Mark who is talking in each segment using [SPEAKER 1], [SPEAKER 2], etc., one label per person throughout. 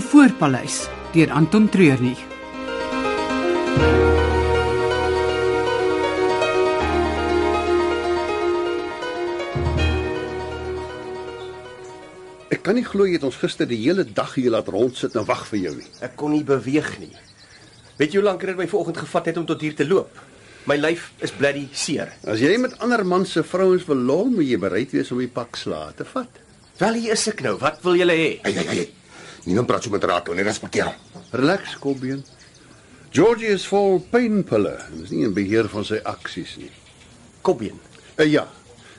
[SPEAKER 1] Spoorpaleis deur Anton Treurnig.
[SPEAKER 2] Ek kan nie glo jy het ons gister die hele dag hier laat rondsit en wag vir jou nie.
[SPEAKER 3] Ek kon nie beweeg nie. Weet jy hoe lank dit my vanoggend gevat het om tot hier te loop? My lyf is bloody seer.
[SPEAKER 2] As jy met ander man se vrouens wil lol, moet jy bereid wees om die pak slaag te vat.
[SPEAKER 3] Wel hier is ek nou. Wat wil julle hê?
[SPEAKER 4] Hey, hey, hey. Niemand praat so met Rato nie, respekteer hom.
[SPEAKER 2] Relax, Kolbeen. Georgie is vol pynpille en is nie in beheer van sy aksies nie.
[SPEAKER 3] Kopbeen.
[SPEAKER 2] Uh, ja,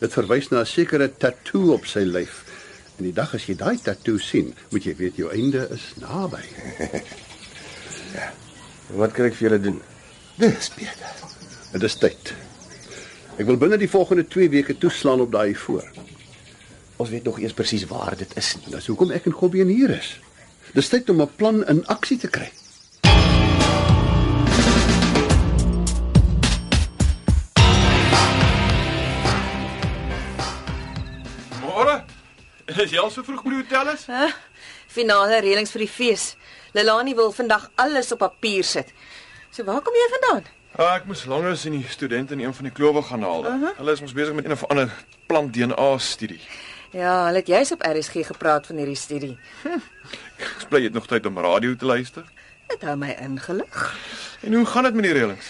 [SPEAKER 2] dit verwys na 'n sekere tatoe op sy lyf. En die dag as jy daai tatoe sien, moet jy weet jou einde is naby.
[SPEAKER 3] Wat kan ek vir julle doen?
[SPEAKER 4] Dis beter.
[SPEAKER 2] Dit is tyd. Ek wil binne die volgende 2 weke toeslaan op daai voor.
[SPEAKER 3] Ons weet nog eers presies waar dit is nie.
[SPEAKER 2] Dis hoekom ek en Gobbie hier is. Dis tyd om 'n plan in aksie te kry.
[SPEAKER 5] Môre? Is jy al so vroeg by die hotel is?
[SPEAKER 6] Huh? Finale reëlings vir die fees. Lelani wil vandag alles op papier sit. So waar kom jy vandaan?
[SPEAKER 5] Ah, ek moes langer sien die studente in een van die klowe gaan haal. Uh -huh. Hulle is mos besig met een of ander plant DNA studie.
[SPEAKER 6] Ja, hulle het jous op RSG gepraat van hierdie studie.
[SPEAKER 5] Ek bly jy het nog tyd om radio te luister.
[SPEAKER 6] Dit hou my ingelig.
[SPEAKER 5] En hoe gaan dit met die reëlings?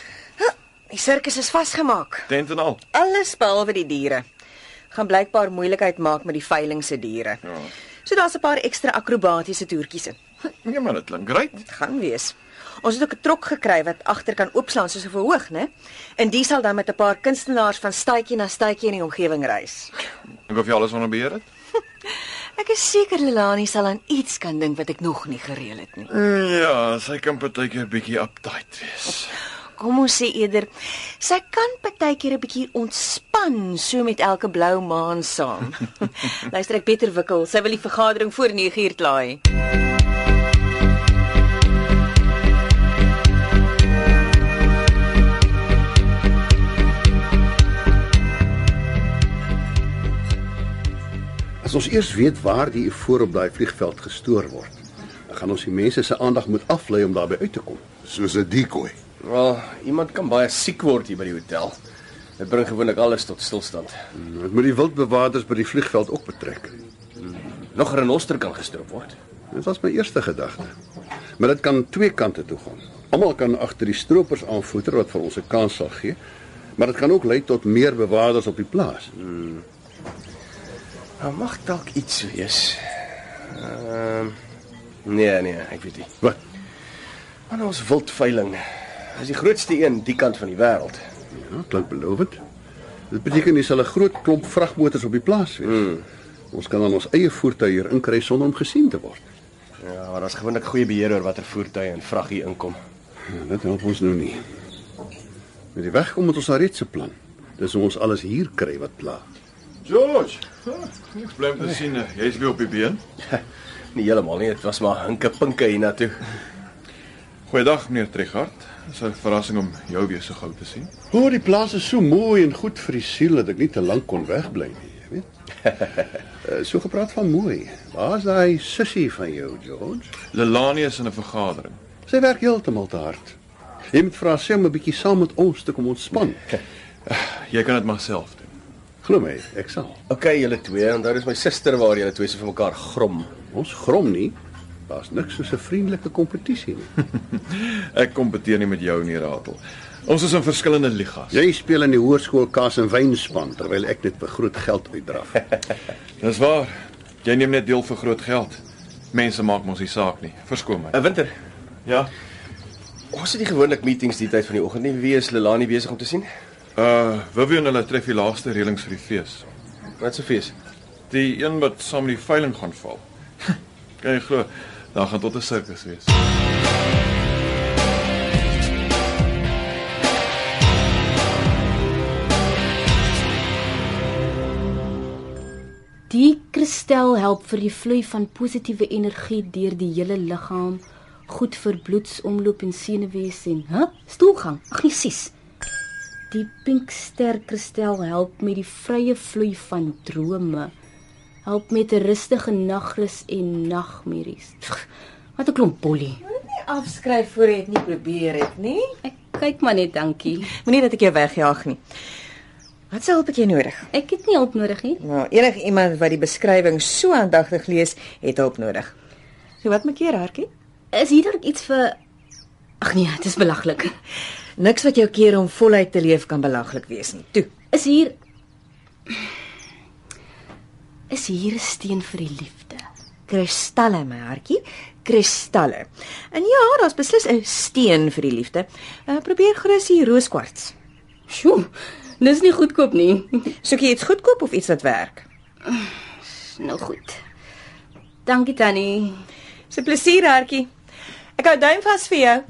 [SPEAKER 6] Die sirkus is vasgemaak.
[SPEAKER 5] Tent en al.
[SPEAKER 6] Alles behalwe die diere. Gaan blykbaar moeilikheid maak met die veiling se diere.
[SPEAKER 5] Ja.
[SPEAKER 6] So daar's 'n paar ekstra akrobatiese toertjies in.
[SPEAKER 5] Nee man, dit klink great.
[SPEAKER 6] Dit gaan wees. Ons het ook 'n trok gekry wat agter kan oopslaan soos 'n verhoog, né? En die sal dan met 'n paar kunstenaars van stuitjie na stuitjie in die omgewing reis.
[SPEAKER 5] Ek hoef jy alles onder beheer het.
[SPEAKER 6] Ek is seker Lelani sal aan iets kan dink wat ek nog nie gereël het nie.
[SPEAKER 5] Ja, sy kan partykeer bietjie uptight wees.
[SPEAKER 6] Kom ons sê eerder, sy kan partykeer 'n bietjie ontspan so met elke blou maan saam. Luister ek beter wikkel, sy wil die vergadering voor 9uur klaar hê.
[SPEAKER 2] As ons eers weet waar die voor op daai vliegveld gestoor word, dan gaan ons die mense se aandag moet aflei om daarby uit te kom.
[SPEAKER 4] Soos 'n decoy.
[SPEAKER 3] Wel, iemand kan baie siek word hier by die hotel. Dit bring gewoonlik alles tot stilstand.
[SPEAKER 2] Nou, Dit moet die wildbewaarders by die vliegveld ook betrek.
[SPEAKER 3] Nog 'n renoster kan gestroop word.
[SPEAKER 2] Dit was my eerste gedagte. Maar dit kan twee kante toe gaan. Almal kan agter die stroopers aanvoeter wat vir ons 'n kans sal gee, maar dit kan ook lei tot meer bewaarders op die plaas.
[SPEAKER 3] Daar Nou, mag dalk iets wees. Ehm Nee nee, ek weet nie.
[SPEAKER 2] Wat?
[SPEAKER 3] Maar ons wildveiling is die grootste een die kant van die wêreld.
[SPEAKER 2] Ja, klink belovend. Dit beteken dis al 'n groot klomp vragmotors op die plaas wees.
[SPEAKER 4] Hmm.
[SPEAKER 2] Mm. Ons kan dan ons eie voertuie hier inkry sonder om gesien te word.
[SPEAKER 3] Ja, maar daar's gewoonlik goeie beheer oor watter voertuie en vrag hier inkom.
[SPEAKER 2] Ja, dit help ons nou nie. Met die wegkom moet ons al reeds 'n plan. Dis hoe ons alles hier kry wat pla.
[SPEAKER 5] George, ek bly om te sien eh, jy's weer op die been.
[SPEAKER 3] Nie heeltemal nie, dit was maar hinke pinke hiernatoe.
[SPEAKER 5] Goeiedag meneer Trigard. Dit is 'n verrassing om jou weer so gou te sien.
[SPEAKER 2] Hoor, die plaas is so mooi en goed vir die siel dat ek nie te lank kon wegbly nie, jy weet. Eh, so gepraat van mooi. Waar's daai sussie van jou, George?
[SPEAKER 5] Lelani is in 'n vergadering.
[SPEAKER 2] Sy werk heeltemal te hard. Jy moet vra sy om 'n bietjie saam met ons te kom ontspan.
[SPEAKER 5] Jy kan dit maar self doen.
[SPEAKER 2] Glo my, ek sal.
[SPEAKER 3] OK, julle twee, onthou dis my suster waar julle twee so vir mekaar grom.
[SPEAKER 2] Ons grom nie. Daar's niks soos 'n vriendelike kompetisie nie.
[SPEAKER 5] Ek kompeteer nie met jou nie, Ratel. Ons is in verskillende ligas.
[SPEAKER 2] Jy speel in die hoërskool kaas en wynspan terwyl ek net vir groot geld uitdraf.
[SPEAKER 5] Dis waar. Jy neem net deel vir groot geld. Mense maak mos nie saak nie. Verskoon my.
[SPEAKER 3] 'n Eh, Winter.
[SPEAKER 5] Ja.
[SPEAKER 3] Ons het nie gewoonlik meetings die tyd van die oggend nie. Wie is Lelani besig om te sien?
[SPEAKER 5] Uh, Vivian hulle tref die laaste reëlings vir die fees.
[SPEAKER 3] Wat se fees?
[SPEAKER 5] Die een wat saam met die veiling gaan val. kan jy glo? Daar gaan tot 'n sirkus wees.
[SPEAKER 7] Die kristal help vir die vloei van positiewe energie deur die hele liggaam, goed vir bloedsomloop en senuwees en, hè, stoelgang. Ag nee, sies. Die pinkster kristal help met die vrye vloei van drome. Help met 'n rustige nagrus en nagmerries. Pff, Wat 'n klomp polly.
[SPEAKER 6] Nie afskryf voor jy dit nie probeer het, nê?
[SPEAKER 7] Ek kyk maar net, dankie.
[SPEAKER 6] Moenie dat ek jou wegjaag nie. Wat sal help ek jy nodig?
[SPEAKER 7] Ek het nie hulp nodig nie.
[SPEAKER 6] Nou, enige iemand wat die beskrywing so aandagtig lees, het hulp nodig. So wat maak jy, Hartjie?
[SPEAKER 7] Is hier dalk iets vir Ag nee, dit is belaglik.
[SPEAKER 6] Niks wat jou keer om voluit te leef kan belaglik wees nie. Toe.
[SPEAKER 7] Is hier Is hier 'n steen vir die liefde?
[SPEAKER 6] Kristalle, my hartjie, kristalle. En ja, daar's beslis 'n steen vir die liefde. Uh, probeer gerus hier rooskwarts.
[SPEAKER 7] Sjoe. Dis nie goedkoop nie.
[SPEAKER 6] Soek jy iets goedkoop of iets wat werk?
[SPEAKER 7] Nou goed. Dankie Tannie.
[SPEAKER 6] Se plesier, hartjie. Ek hou duim vas vir jou.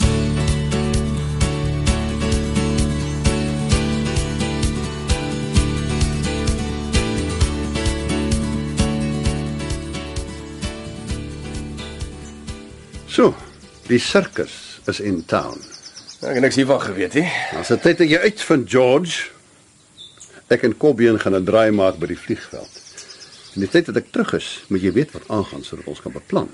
[SPEAKER 2] So, die sirkus is in town.
[SPEAKER 3] Ek het niks hiervan geweet nie.
[SPEAKER 2] Ons het tyd dat jy uitvind George. Ek en Kobbeen gaan 'n draai maak by die vliegveld. In die tyd dat ek terug is, moet jy weet wat aangaan sodat ons kan beplan.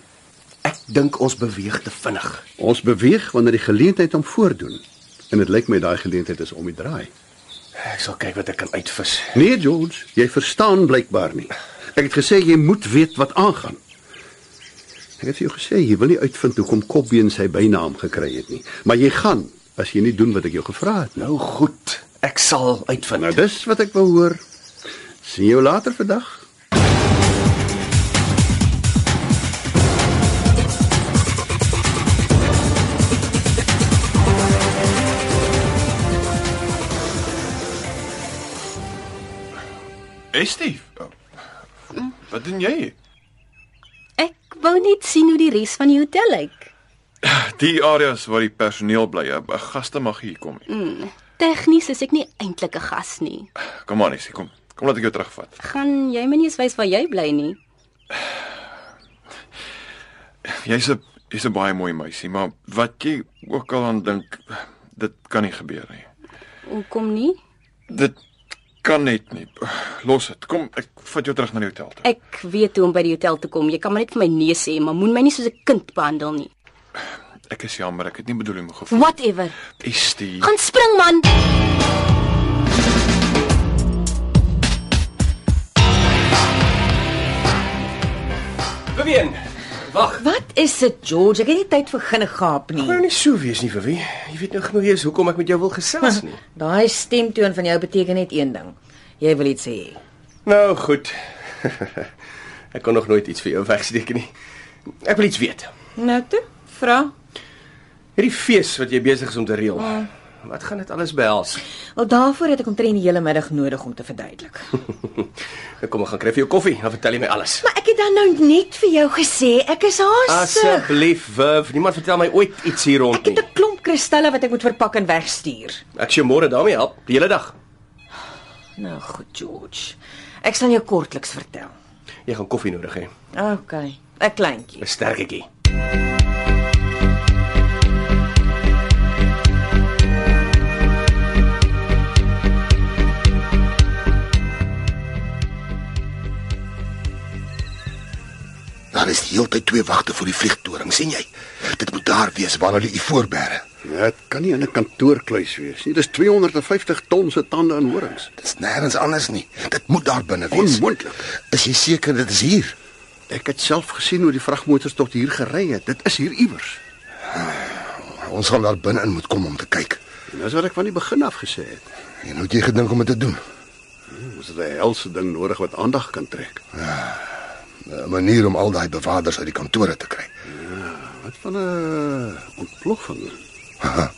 [SPEAKER 3] Ek dink ons beweeg te vinnig.
[SPEAKER 2] Ons beweeg wanneer die geleentheid hom voordoen. En dit lyk my daai geleentheid is om die draai.
[SPEAKER 3] Ek sal kyk wat ek kan uitvis.
[SPEAKER 2] Nee, George, jy verstaan blykbaar nie. Ek het gesê jy moet weet wat aangaan. Ek het vir jou gesê jy wil nie uitvind hoekom Kobbeen sy bynaam gekry het nie, maar jy gaan as jy nie doen wat ek jou gevra het nie.
[SPEAKER 3] Nou goed, ek sal uitvind.
[SPEAKER 2] Nou dis wat ek wou hoor. Sien jou later vandag.
[SPEAKER 5] Estie. Oh. Wat doen jy? hier?
[SPEAKER 7] Ek wou net sien hoe die res van die hotel lyk.
[SPEAKER 5] Die areas waar die personeel bly, 'n gaste mag hier kom. nie.
[SPEAKER 7] Tegnies is ek nie eintlik 'n gas nie.
[SPEAKER 5] Kom aan, Estie, kom. Kom laat ek jou terugvat.
[SPEAKER 7] Gaan jy my nie eens wys waar jy bly nie?
[SPEAKER 5] Jy's 'n jy's 'n baie mooi meisie, maar wat jy ook al aan dink, dit kan nie gebeur nie.
[SPEAKER 7] Hoekom nie?
[SPEAKER 5] Dit kan net nie. Los dit. Kom, ek vat jou terug na die hotel toe.
[SPEAKER 7] Ek weet hoe om by die hotel te kom. Jy kan maar net vir my nee sê, maar moen my nie soos 'n kind behandel nie.
[SPEAKER 5] Ek is jammer, ek het nie bedoel om gevoel.
[SPEAKER 7] Whatever.
[SPEAKER 5] Estie.
[SPEAKER 7] Gaan spring man.
[SPEAKER 3] Beween. Wag.
[SPEAKER 6] Wat is dit, George? Ek het nie tyd vir ginnegaap nie.
[SPEAKER 3] Nou nie so wees nie vir wie. Jy weet nou genoeg eers hoekom ek met jou wil gesels nie.
[SPEAKER 6] Daai stemtoon van jou beteken net een ding. Jy wil iets hê.
[SPEAKER 3] Nou goed. ek kon nog nooit iets vir jou wegsteek nie. Ek wil iets weet.
[SPEAKER 6] Nou toe, vra.
[SPEAKER 3] Hierdie fees wat jy besig is om te reël. Wat gaan dit alles behels?
[SPEAKER 6] Al daarvoor het ek omtrent die hele middag nodig om te verduidelik.
[SPEAKER 3] Ek kom ek gaan kry vir jou koffie, dan vertel jy my alles.
[SPEAKER 6] Maar ek het dan nou net vir jou gesê ek is haastig.
[SPEAKER 3] Asseblief, Wurf, niemand vertel my ooit iets hier rond
[SPEAKER 6] Ek
[SPEAKER 3] nie.
[SPEAKER 6] het 'n klomp kristalle wat ek moet verpak en wegstuur.
[SPEAKER 3] Ek sê môre daarmee help, die hele dag.
[SPEAKER 6] Nou goed, George. Ek sal jou kortliks vertel.
[SPEAKER 3] Jy gaan koffie nodig hê.
[SPEAKER 6] OK, 'n kleintjie.
[SPEAKER 3] 'n Sterketjie.
[SPEAKER 4] Daar is die hele tyd twee wagte vir die vliegtoring, sien jy? Dit moet daar wees waar hulle u voorberre.
[SPEAKER 2] Ja, dit kan nie in 'n kantoorkluis wees nie. Dis 250 ton se tande en horings.
[SPEAKER 4] Dit is nêrens anders nie. Dit moet daar binne wees.
[SPEAKER 2] Onmoontlik.
[SPEAKER 4] Is jy seker dit is hier?
[SPEAKER 2] Ek het self gesien hoe die vragmotors tot hier gery het. Dit is hier iewers.
[SPEAKER 4] Ons gaan daar binne in moet kom om te kyk.
[SPEAKER 2] En dis wat ek van die begin af gesê het.
[SPEAKER 4] En hoe het jy gedink om dit te doen?
[SPEAKER 2] Ons het 'n helse ding nodig wat aandag kan trek.
[SPEAKER 4] 'n Manier om al daai bewakers uit die kantore te kry.
[SPEAKER 2] Wat van 'n ontploffing.
[SPEAKER 4] Ah,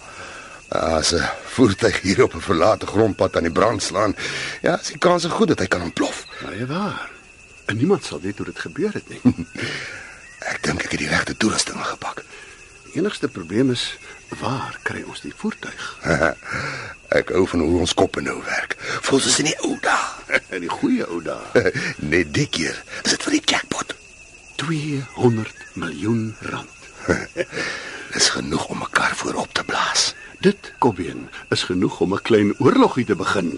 [SPEAKER 4] As 'n voertuig hier op 'n verlate grondpad aan die brand slaan, ja, is die kans goed dat hy kan ontplof.
[SPEAKER 2] Baie Nee, waar. En niemand sal weet hoe dit gebeur het nie.
[SPEAKER 4] Ek dink ek het die regte toerusting gepak.
[SPEAKER 2] Die enigste probleem is waar kry ons die voertuig?
[SPEAKER 4] Ek hou van hoe ons koppe nou werk. Voels ons in die ou dae.
[SPEAKER 2] In die goeie ou dae.
[SPEAKER 4] Net dik hier. Is dit vir die jackpot?
[SPEAKER 2] 200 miljoen rand.
[SPEAKER 4] Dis genoeg om mekaar voorop te blaas.
[SPEAKER 2] Dit, Kobbeen, is genoeg om 'n klein oorlogie te begin.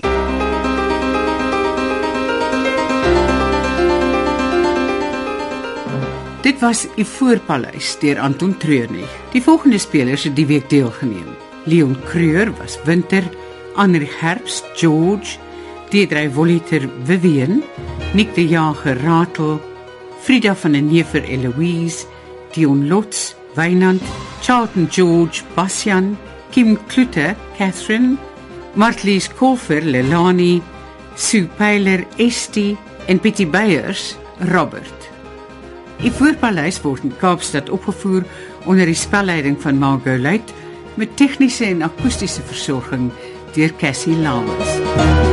[SPEAKER 1] Dit was Ivoorpaleis deur Anton Treurnig. Die volgende spelers het die week deelgeneem. Leon Creur was Winter, Anri Herbst, George, Deidre Voliter Vivian, Nick de Jager Ratel, Frida van der Neever Eloise, Dion Lotz Weinand, Charlton George Bastian, Kim Klute Catherine, Martlies Kolfer Lelani, Sue Pyler Esti en Pietie Beyers Robert. Die voorpaleis word in Kaapstad opgevoer onder die spelleiding van Margot Luit met tegniese en akoestiese versorging deur Cassie Lawrence.